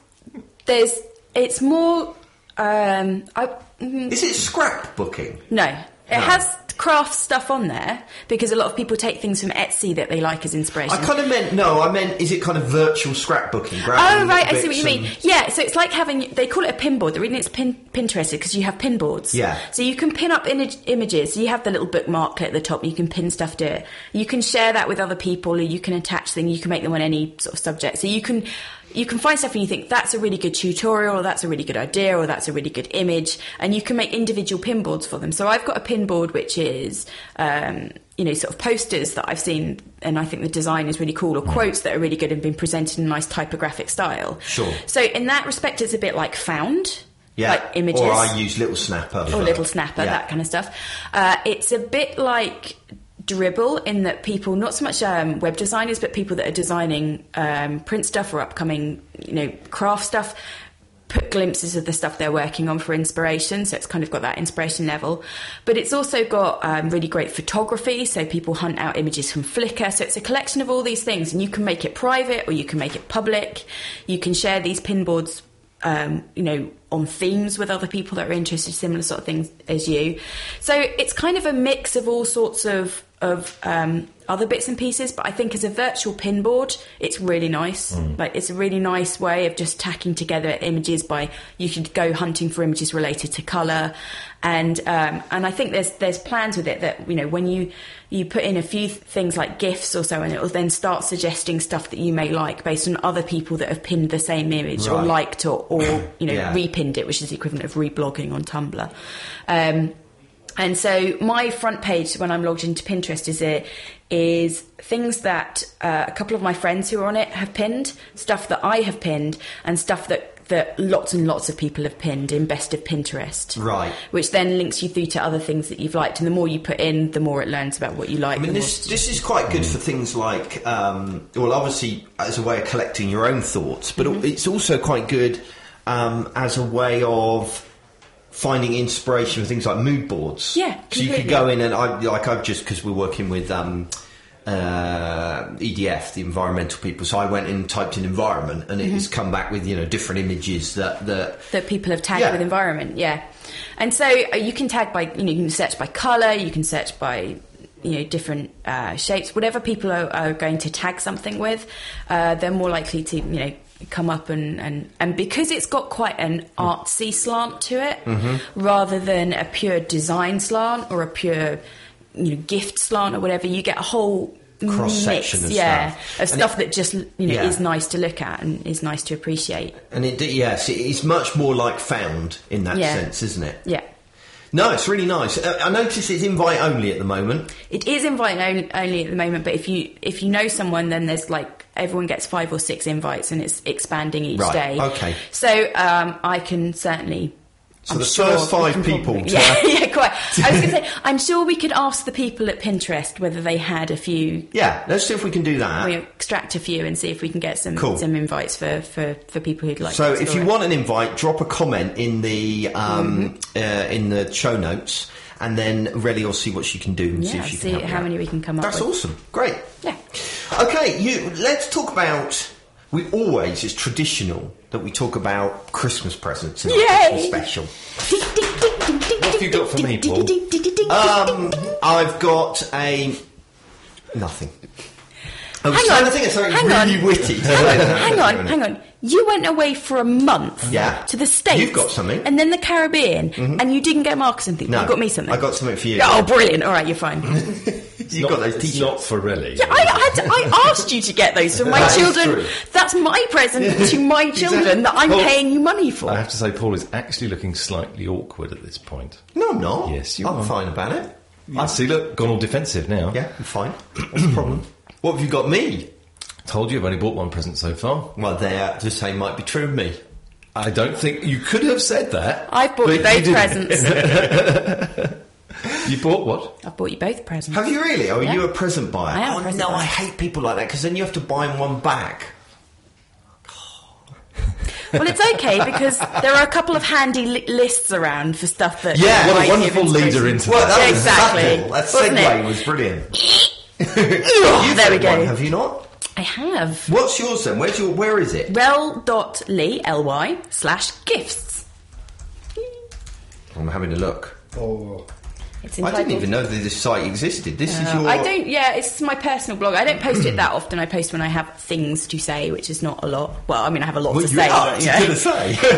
S3: there's it's more. Um, I mm,
S2: Is it scrapbooking?
S3: no, it has craft stuff on there because a lot of people take things from Etsy that they like as inspiration.
S2: I kind of meant no. I meant is it kind of virtual scrapbooking? grabbing
S3: Oh right, I
S2: bits
S3: see what you mean.
S2: and-
S3: Yeah, so it's like having they call it a pin board. The reason it's pin Pinterest because you have pin boards.
S2: Yeah.
S3: So you can pin up image, images. You have the little bookmark at the top. You can pin stuff to it. You can share that with other people, or you can attach things. You can make them on any sort of subject. So you can you can find stuff and you think that's a really good tutorial, or that's a really good idea, or that's a really good image, and you can make individual pin boards for them. So I've got a pin board which is. Um, you know, sort of posters that I've seen, and I think the design is really
S2: Mm.
S3: cool, or quotes that are really good and been presented in a nice typographic style.
S2: Sure.
S3: So in that respect, it's a bit like found,
S2: Yeah,
S3: like images
S2: Or I use little snapper.
S3: or little snapper, that kind of stuff. Uh, it's a bit like dribble in that people, not so much um, web designers, but people that are designing um, print stuff or upcoming, you know, craft stuff. Put glimpses of the stuff they're working on for inspiration, so it's kind of got that inspiration level. But it's also got um, really great photography, so people hunt out images from Flickr. So it's a collection of all these things, and you can make it private or you can make it public. You can share these pin boards um, you know, on themes with other people that are interested in similar sort of things as you. So it's kind of a mix of all sorts of of um, other bits and pieces. But I think as a virtual pin board, it's really nice. Like it's a really nice way of just tacking together images by you could go hunting for images related to color, and um, and I think there's there's plans with it that you know when you you put in a few th- things like gifs or so, and it will then start suggesting stuff that you may like based on other people that have pinned the same image or like
S2: Right.
S3: liked or, or you know
S2: Yeah.
S3: repinned it, which is the equivalent of reblogging on Tumblr. Um, and so my front page when I'm logged into Pinterest is it is things that uh, a couple of my friends who are on it have pinned, stuff that I have pinned, and stuff that that lots and lots of people have pinned in Best of Pinterest.
S2: Right.
S3: Which then links you through to other things that you've liked, and the more you put in, the more it learns about what you like.
S2: I mean,
S3: the
S2: this this is quite good for things like um, well, obviously as a way of collecting your own thoughts, but
S3: Mm-hmm.
S2: it's also quite good um, as a way of finding inspiration for things like mood boards.
S3: Yeah,
S2: so you could
S3: completely.
S2: go in and I like I've just because we're working with. Um, uh, EDF, the environmental people. So I went in, typed in environment, and it
S3: Mm-hmm.
S2: has come back with you know different images that that
S3: that people have tagged
S2: Yeah.
S3: with environment. Yeah, and so uh, you can tag by you know you can search by color, you can search by you know different uh, shapes, whatever people are, are going to tag something with, uh, they're more likely to you know come up and and and because it's got quite an artsy slant to it
S2: Mm-hmm.
S3: rather than a pure design slant or a pure you know gift slant or whatever you get a whole
S2: Cross-section
S3: mix,
S2: of
S3: yeah
S2: stuff.
S3: of
S2: And
S3: stuff
S2: it-
S3: that just you know
S2: Yeah.
S3: is nice to look at and is nice to appreciate
S2: and it yes, it's much more like found in that
S3: Yeah.
S2: sense, isn't it?
S3: yeah
S2: No, it's really nice. Uh, I notice it's invite only at the moment.
S3: It is invite on- only at the moment, but if you if you know someone, then there's like everyone gets five or six invites, and it's expanding each
S2: Right,
S3: day.
S2: okay.
S3: So um, I can certainly.
S2: So
S3: I'm
S2: the
S3: sure
S2: first
S3: we
S2: five
S3: can
S2: people
S3: probably-
S2: to-
S3: yeah, yeah, quite. I was going to say, I'm sure we could ask the people at Pinterest whether they had a few.
S2: Yeah, let's see if we can do that.
S3: We extract a few and see if we can get some
S2: Cool.
S3: some invites for, for, for people who'd like.
S2: So
S3: to
S2: if
S3: explore
S2: you
S3: it.
S2: want an invite, drop a comment in the um,
S3: Mm-hmm.
S2: uh, in the show notes, and then Relly will see what she can do and see
S3: yeah,
S2: if she
S3: see
S2: can help
S3: how
S2: you
S3: many
S2: out.
S3: we can come up
S2: That's
S3: with.
S2: awesome. Great.
S3: Yeah.
S2: Okay, you. Let's talk about. We always it's traditional that we talk about Christmas presents in our
S3: Yay!
S2: Christmas special.
S4: What have you got for me, Paul?
S2: Um, I've got a nothing. Oh, I was
S3: Hang
S2: trying
S3: on,
S2: to think of something
S3: hang
S2: really
S3: on.
S2: witty.
S3: hang on, hang on. You went away for a month
S2: Yeah.
S3: to the States.
S2: You've got something. Mm-hmm.
S3: And then the Caribbean. And you didn't get Marcus something.
S2: No,
S3: you got me something.
S2: I got something for you.
S3: Oh, brilliant. All right, you're fine. I,
S2: You've got those
S4: It's
S2: t-shirts.
S4: Not for really.
S3: I, had I asked you to get those for my
S4: That's
S3: children.
S4: true.
S3: That's my present to my children that I'm
S4: Well-
S3: paying you money for.
S4: I have to say, Paul is actually looking slightly awkward at this point.
S2: No, I'm not.
S4: Yes, you
S2: I'm
S4: are.
S2: fine about it.
S4: I see. Look, gone all defensive now.
S2: Yeah, I'm fine. What's the problem? What have you got me?
S4: Told you, I've only bought one present so far.
S2: Well, there, the same might be true of me.
S4: I don't think you could have said that.
S3: I've bought
S4: But
S3: you
S4: you
S3: both
S4: didn't.
S3: presents.
S4: You bought what?
S3: I've bought you both presents.
S2: Have you really? Or are
S3: Yeah.
S2: you a present buyer?
S3: I am a
S2: oh,
S3: present
S2: no,
S3: buyer.
S2: I hate people like that because then you have to buy them one back.
S3: Well, it's okay because there are a couple of handy li- lists around for stuff that.
S2: Yeah,
S4: What
S3: might
S4: a
S3: give
S4: wonderful leader
S3: inspiration.
S4: into
S2: Well, that
S3: Yeah,
S2: was
S3: exactly.
S2: subtle. That
S3: Wasn't
S2: segue
S3: it?
S2: was brilliant.
S3: Ugh,
S2: You've
S3: there we
S2: had one,
S3: go.
S2: have you not?
S3: I have.
S2: What's yours then? Where's your? Where is it?
S3: rel.ly, L-Y, slash gifts.
S2: I'm having a look.
S5: Oh,
S3: It's
S2: I
S3: entitled.
S2: didn't even know that this site existed. This is your.
S3: Uh, I don't. Yeah, it's my personal blog. I don't post it that often. I post when I have things to say, which is not a lot. Well, I mean, I have a lot
S2: Well,
S3: to
S2: you
S3: say.
S2: are,
S3: but,
S2: you
S3: yeah.
S2: did say.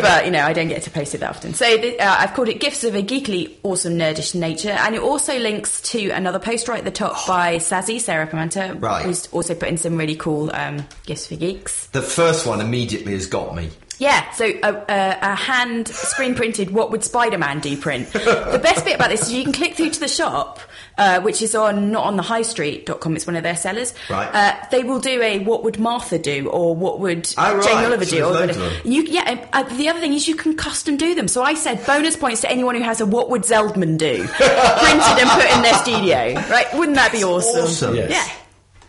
S3: but you know, I don't get to post it that often. So th- uh, I've called it "Gifts of a Geekly Awesome Nerdish Nature," and it also links to another post right at the top by Sazzy Sarah Pimenta,
S2: Right.
S3: who's also put in some really cool um, gifts for geeks.
S2: The first one immediately has got me.
S3: Yeah, so a, a, a hand screen printed What Would Spider Man Do print. The best bit about this is you can click through to the shop, uh, which is on not on the high street.com, it's one of their sellers.
S2: Right.
S3: Uh, they will do a What Would Martha Do or What Would
S2: Oh, right.
S3: Jane Oliver
S2: So
S3: Do. Or
S2: there's loads
S3: whatever.
S2: of them.
S3: you, yeah, and, uh, the other thing is you can custom do them. So I said bonus points to anyone who has a What Would Zeldman Do printed and put in their studio. Right? Wouldn't that be awesome?
S2: Awesome.
S4: Yes.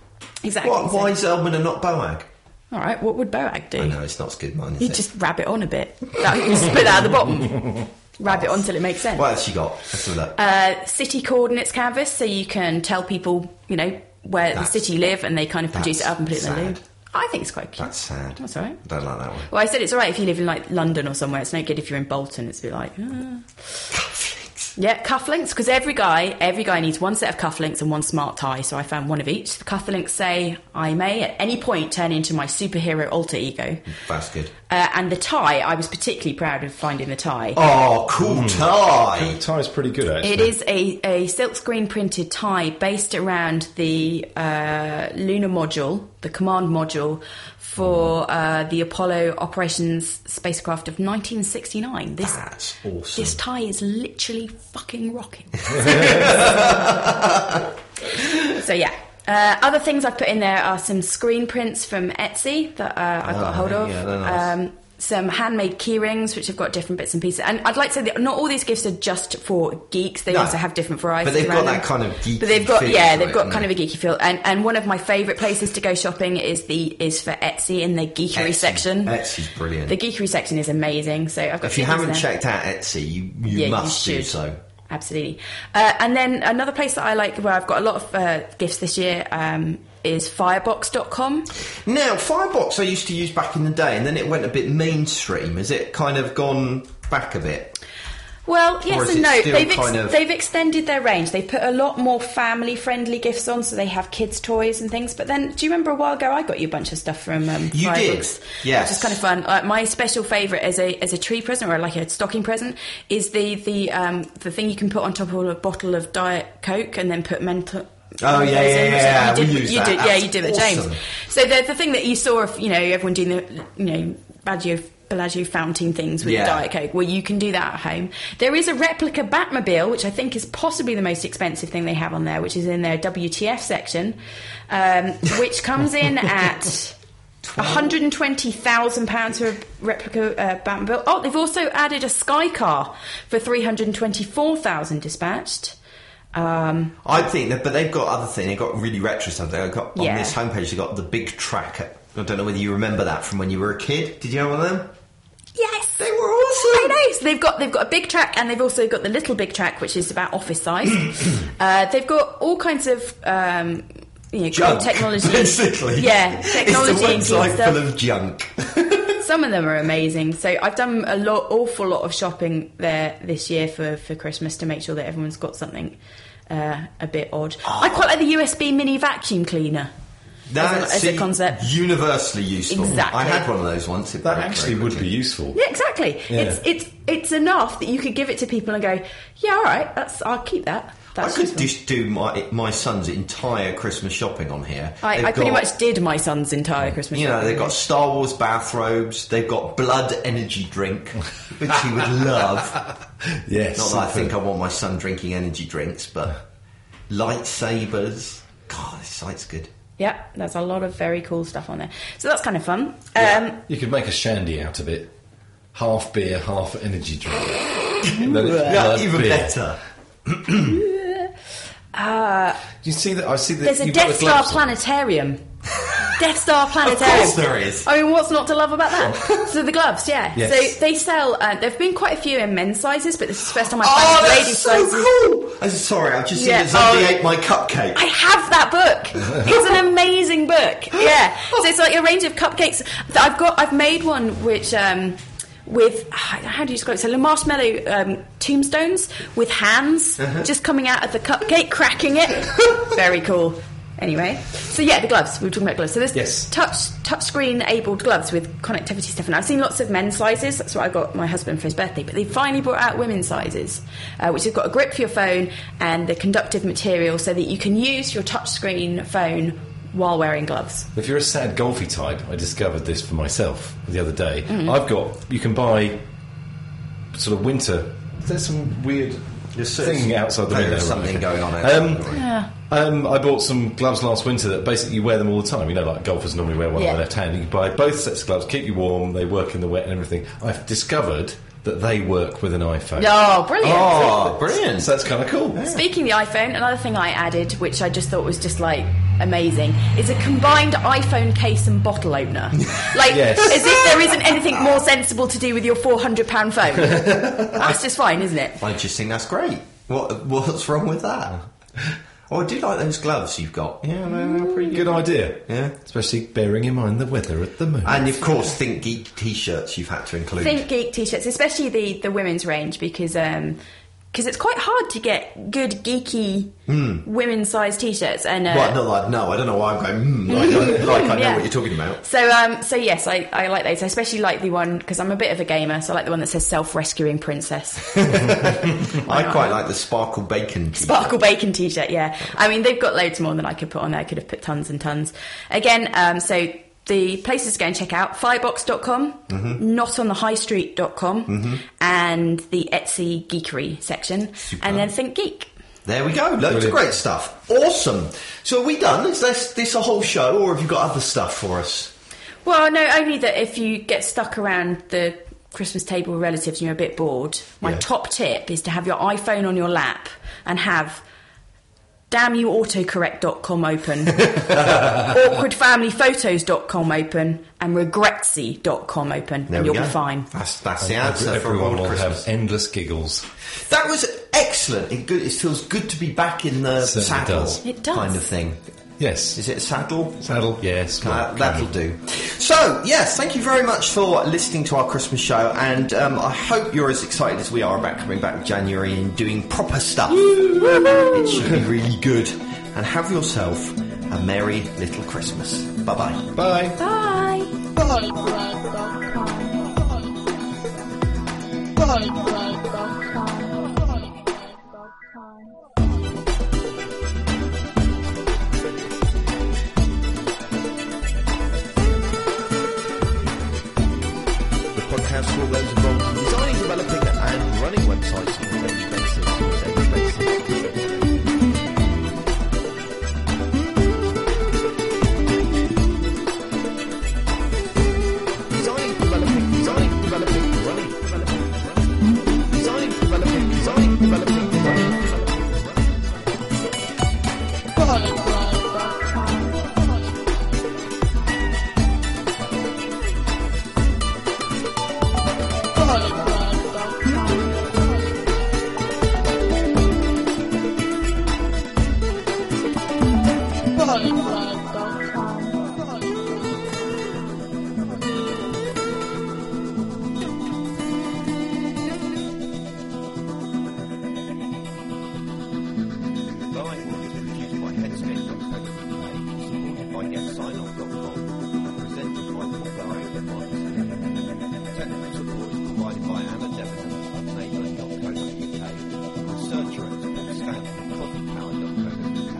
S3: Yeah. Exactly.
S2: What,
S3: So-
S2: why Zelman and not Boag?
S3: All right, what would Boag do?
S2: I know it's not as good mine. Is
S3: You
S2: it?
S3: just rab it on a bit. That, you spit it out the bottom. rab it on till it makes sense.
S2: What else you got? Let's have a look.
S3: Uh, city coordinates canvas, so you can tell people, you know, where
S2: That's-
S3: the city live, and they kind of produce it
S2: that's
S3: up and put it in the
S2: sad.
S3: loop. I think it's quite cute.
S2: That's sad.
S3: That's all right.
S2: I don't like that one.
S3: Well, I said it's all right if you live in like London or somewhere. It's no good if you're in Bolton. It's a bit like. ah. Yeah, cufflinks. Because every guy, every guy needs one set of cufflinks and one smart tie. So I found one of each. The cufflinks say, "I may at any point turn into my superhero alter ego."
S2: That's good.
S3: Uh, and the tie, I was particularly proud of finding the tie.
S2: Oh, cool tie.
S4: The tie's pretty good, actually.
S3: It is a, a silkscreen printed tie based around the uh, lunar module, the command module for uh, the Apollo operations spacecraft of 1969. This
S2: That's awesome.
S3: this tie is literally fucking rocking. so yeah. Uh, other things I've put in there are some screen prints from Etsy that uh, I've got
S2: Oh,
S3: hold of.
S2: yeah, they're nice.
S3: um, some handmade key rings, which have got different bits and pieces. And I'd like to say that not all these gifts are just for geeks. They
S2: No.
S3: also have different varieties.
S2: But they've
S3: around
S2: got
S3: them.
S2: that kind of geeky
S3: But they've got
S2: feel
S3: yeah,
S2: to
S3: they've
S2: it,
S3: got
S2: haven't
S3: kind of a
S2: they?
S3: geeky feel. And and one of my favourite places to go shopping is the is for Etsy in the geekery
S2: Etsy.
S3: section.
S2: Etsy's brilliant.
S3: The geekery section is amazing. So I've got.
S2: if you
S3: two things
S2: haven't
S3: there.
S2: checked out Etsy, you, you
S3: Yeah,
S2: must do
S3: should.
S2: so.
S3: Absolutely. Uh, and then another place that I like where I've got a lot of uh, gifts this year um, is firebox.com.
S2: Now, Firebox I used to use back in the day, and then it went a bit mainstream. Has it kind of gone back a bit?
S3: Well, yes and
S2: is it
S3: no.
S2: still
S3: They've, ex-
S2: kind of-
S3: they've extended their range. They put a lot more family friendly gifts on, so they have kids' toys and things. But then, do you remember a while ago I got you a bunch of stuff from um,
S2: You did,
S3: Firebox?
S2: yes.
S3: Which is kind of fun. Uh, my special favourite as a as a tree present or like a stocking present is the the um, the thing you can put on top of a bottle of Diet Coke and then put mental.
S2: Oh, yeah, yeah, yeah, yeah.
S3: You did,
S2: We use
S3: you
S2: that.
S3: did- yeah,
S2: That's
S3: you did it,
S2: awesome.
S3: James. So the the thing that you saw of you know everyone doing the you know Baggio Bellagio fountain things with
S2: Yeah.
S3: Diet Coke. Well, you can do that at home. There is a replica Batmobile, which I think is possibly the most expensive thing they have on there, which is in their WTF section, um, which comes in at. £120,000 for a replica uh, Batmobile. Oh, they've also added a Sky Car for 324000 dispatched.
S2: I think that, but they've got other things. They've got really retro stuff. They've got on
S3: Yeah.
S2: this homepage. They've got the big tracker. I don't know whether you remember that from when you were a kid. Did you have one of them?
S3: Yes!
S2: They were awesome.
S3: I know. So they've got they've got a big track and they've also got the little big track, which is about office size. uh, they've got all kinds of um, you know cool
S2: Junk,
S3: technology.
S2: basically.
S3: yeah, technology and
S2: It's a
S3: cool
S2: website
S3: stuff.
S2: full of junk.
S3: Some of them are amazing. So I've done a lot, awful lot of shopping there this year for for Christmas to make sure that everyone's got something. Uh, a bit odd.
S2: Ah.
S3: I quite like the USB mini vacuum cleaner.
S2: That
S3: as a concept.
S2: universally useful.
S3: Exactly.
S2: I had one of those once. It
S4: That
S2: broke
S4: actually
S2: very
S4: would be
S2: quickly.
S4: useful.
S3: Yeah, exactly. It's it's it's enough that you could give it to people and go, yeah, all right, that's I'll keep that.
S2: I
S3: That's
S2: could
S3: useful."
S2: just do my my son's entire Christmas shopping on here.
S3: I,
S2: They've
S3: I pretty
S2: got-
S3: much did my son's entire Christmas.
S2: You know,
S3: shopping.
S2: they've got Star Wars bathrobes. They've got blood energy drink, which he would love.
S4: Yes.
S2: Not that I think I want my son drinking energy drinks, but lightsabers. God, this site's good.
S3: Yeah, there's a lot of very cool stuff on there. So that's kind of fun. Um,
S4: You could make a shandy out of it. Half beer, half energy drink. And then it's
S2: Yeah,
S4: blood
S2: even
S4: beer.
S2: better.
S4: Do you see that? I see that.
S3: there's a
S4: you've got
S3: Death
S4: the
S3: Star
S4: gloves on.
S3: planetarium. Death Star planetarium.
S2: there is.
S3: I mean, what's not to love about that? so the gloves, yeah.
S4: Yes.
S3: So they sell. Uh, there've been quite a few in men's sizes, but this is the first time I've
S2: Oh,
S3: found
S2: that's
S3: ladies'
S2: so
S3: sizes.
S2: cool! I'm sorry, I've just
S3: Yeah,
S2: seen that somebody
S3: oh.
S2: ate my cupcake.
S3: I have that book. It's an amazing book. Yeah. So it's like a range of cupcakes. Th- I've got. I've made one which. Um, with how do you describe it? So, the marshmallow um, tombstones with hands just coming out of the cupcake, cracking it. Very cool. Anyway, so yeah, the gloves. We were talking about gloves. So there's
S4: Yes.
S3: touch touchscreen enabled gloves with connectivity stuff, and I've seen lots of men's sizes. That's what I got my husband for his birthday. But they finally brought out women's sizes, uh, which have got a grip for your phone and the conductive material, so that you can use your touchscreen phone while wearing gloves.
S4: If you're a sad golfy type, I discovered this for myself the other day.
S2: Mm-hmm.
S4: I've got you can buy sort of winter. There's some weird thing outside the
S2: There
S4: window.
S2: is
S4: right,
S2: something
S4: okay.
S2: going on outside
S4: Um,
S2: the window.
S4: um, I bought some gloves last winter that basically you wear them all the time. You know, like golfers normally wear one
S3: Yeah.
S4: on their left hand. You can buy both sets of gloves, keep you warm. They work in the wet and everything. I've discovered that they work with an iPhone.
S3: Oh, brilliant!
S2: Oh, brilliant.
S4: So that's kind of cool.
S3: Speaking of the iPhone, another thing I added, which I just thought was just like amazing, is a combined iPhone case and bottle opener. Like,
S4: Yes.
S3: as if there isn't anything more sensible to do with your £400 phone. That's just fine, isn't it?
S2: I just think that's great. What What's wrong with that? Oh, I do like those gloves you've got. Yeah, they're they're pretty
S4: Good idea.
S2: Yeah.
S4: Especially bearing in mind the weather at the moment.
S2: And of course, Think Geek t-shirts you've had to include.
S3: Think Geek t shirts, especially the, the women's range, because um, cause it's quite hard to get good, geeky, women sized t shirts. And uh,
S2: Well, not like no, I don't know why I'm going. Mm, like, I- like I know
S3: Yeah.
S2: what you're talking about.
S3: So, um, so yes, I, I like those. I especially like the one because I'm a bit of a gamer, so I like the one that says "Self Rescuing Princess."
S2: I quite like the sparkle bacon. t-shirt.
S3: Sparkle Bacon t-shirt, yeah. I mean, they've got loads more than I could put on there. I could have put tons and tons. Again, um, so the places to go and check out, firebox.com, not on the highstreet.com, and the Etsy geekery section, and then Think Geek.
S2: There we go. Loads of
S4: Brilliant.
S2: great stuff. Awesome. So are we done? Is this this a whole show, or have you got other stuff for us?
S3: Well, no, only that if you get stuck around the Christmas table with relatives and you're a bit bored, my
S2: Yeah.
S3: top tip is to have your iPhone on your lap and have damn you autocorrect.com open, awkwardfamilyphotos.com open, and regretsy.com open,
S2: There
S3: and
S2: we
S3: you'll
S2: go.
S3: be fine.
S2: That's that's the
S4: Every-
S2: answer for
S4: Everyone
S2: Lord
S4: will
S2: Christmas.
S4: have endless giggles.
S2: That was excellent. It, good, it feels good to be back in the
S4: Certainly
S2: saddle
S4: does.
S3: It does.
S2: kind of thing.
S4: Yes.
S2: Is it a saddle?
S4: Saddle, yes.
S2: Uh,
S4: well,
S2: that'll
S4: kind of.
S2: do. So, yes, thank you very much for listening to our Christmas show, and um, I hope you're as excited as we are about coming back in January and doing proper stuff. it should be really good. And have yourself a merry little Christmas. Bye bye.
S4: Bye.
S3: Bye!
S1: Bye.
S2: The podcast for all those involved in designing, developing, and running websites on a daily basis. Daily basis. Designing, developing, designing, developing, running, developing, running. Designing, developing, designing, developing, running, developing, running. Live was produced by Headspace.co.uk, supported by GetSignOff.com, and presented by Portfolio Device. Technical support is provided by Anna Devon of Neighbour.co.uk, researcher at Paul Stanley of CoffeePower.co.uk,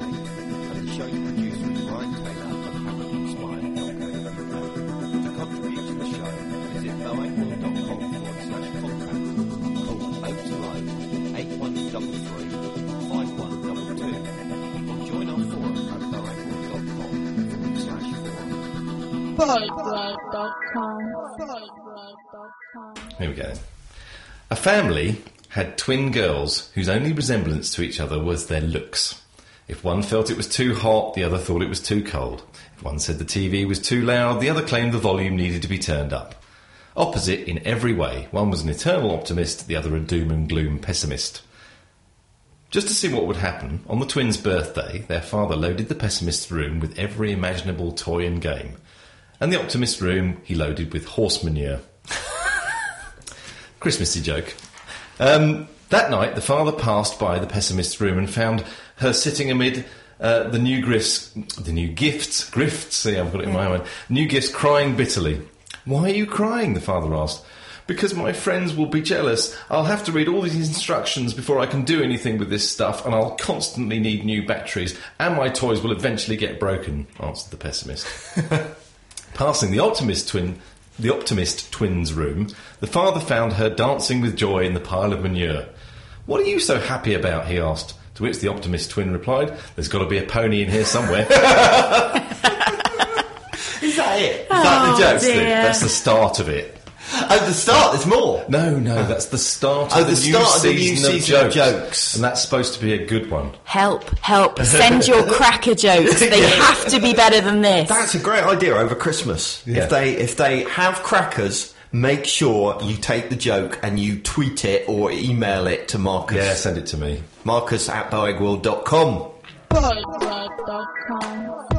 S2: and the show's producer is Ryan Taylor of HammeredInspired.co.uk. To contribute to the show, visit boeingworld.com forward slash contact or call 020 8133 5122 or join our forum at boeingworld.com forward slash forum.
S4: Here we go. A family had twin girls whose only resemblance to each other was their looks. If one felt it was too hot, the other thought it was too cold. If one said the TV was too loud, the other claimed the volume needed to be turned up. Opposite in every way. One was an eternal optimist, the other a doom and gloom pessimist. Just to see what would happen, on the twins' birthday, their father loaded the pessimist's room with every imaginable toy and game, and the optimist's room he loaded with horse manure. Christmassy joke. Um, that night, the father passed by the pessimist's room and found her sitting amid uh, the new grifts, the new gifts, grifts. See, I've got it in my mind. New gifts, crying bitterly. Why are you crying? The father asked. Because my friends will be jealous. I'll have to read all these instructions before I can do anything with this stuff, and I'll constantly need new batteries, and my toys will eventually get broken, answered the pessimist. Passing the optimist twin, the optimist twins' room, the father found her dancing with joy in the pile of manure. "What are you so happy about?" he asked. To which the optimist twin replied, "There's got to be a pony in here somewhere."
S2: Is that it? Is
S3: Oh,
S2: that the joke?
S4: that's, the,
S3: dear.
S4: that's the start of it.
S2: At the start, there's more.
S4: No, no, that's the start of
S2: Oh,
S4: the,
S2: the
S4: new
S2: start of the new
S4: season,
S2: season of
S4: of, jokes.
S2: jokes.
S4: and that's supposed to be a good one.
S5: Help, help. Send your cracker jokes. They have to be better than this.
S2: That's a great idea over Christmas.
S4: Yeah.
S2: If they if they have crackers, make sure you take the joke and you tweet it or email it to Marcus.
S4: Yeah, send it to me.
S2: Marcus at boegworld.com.
S1: Boegworld.com.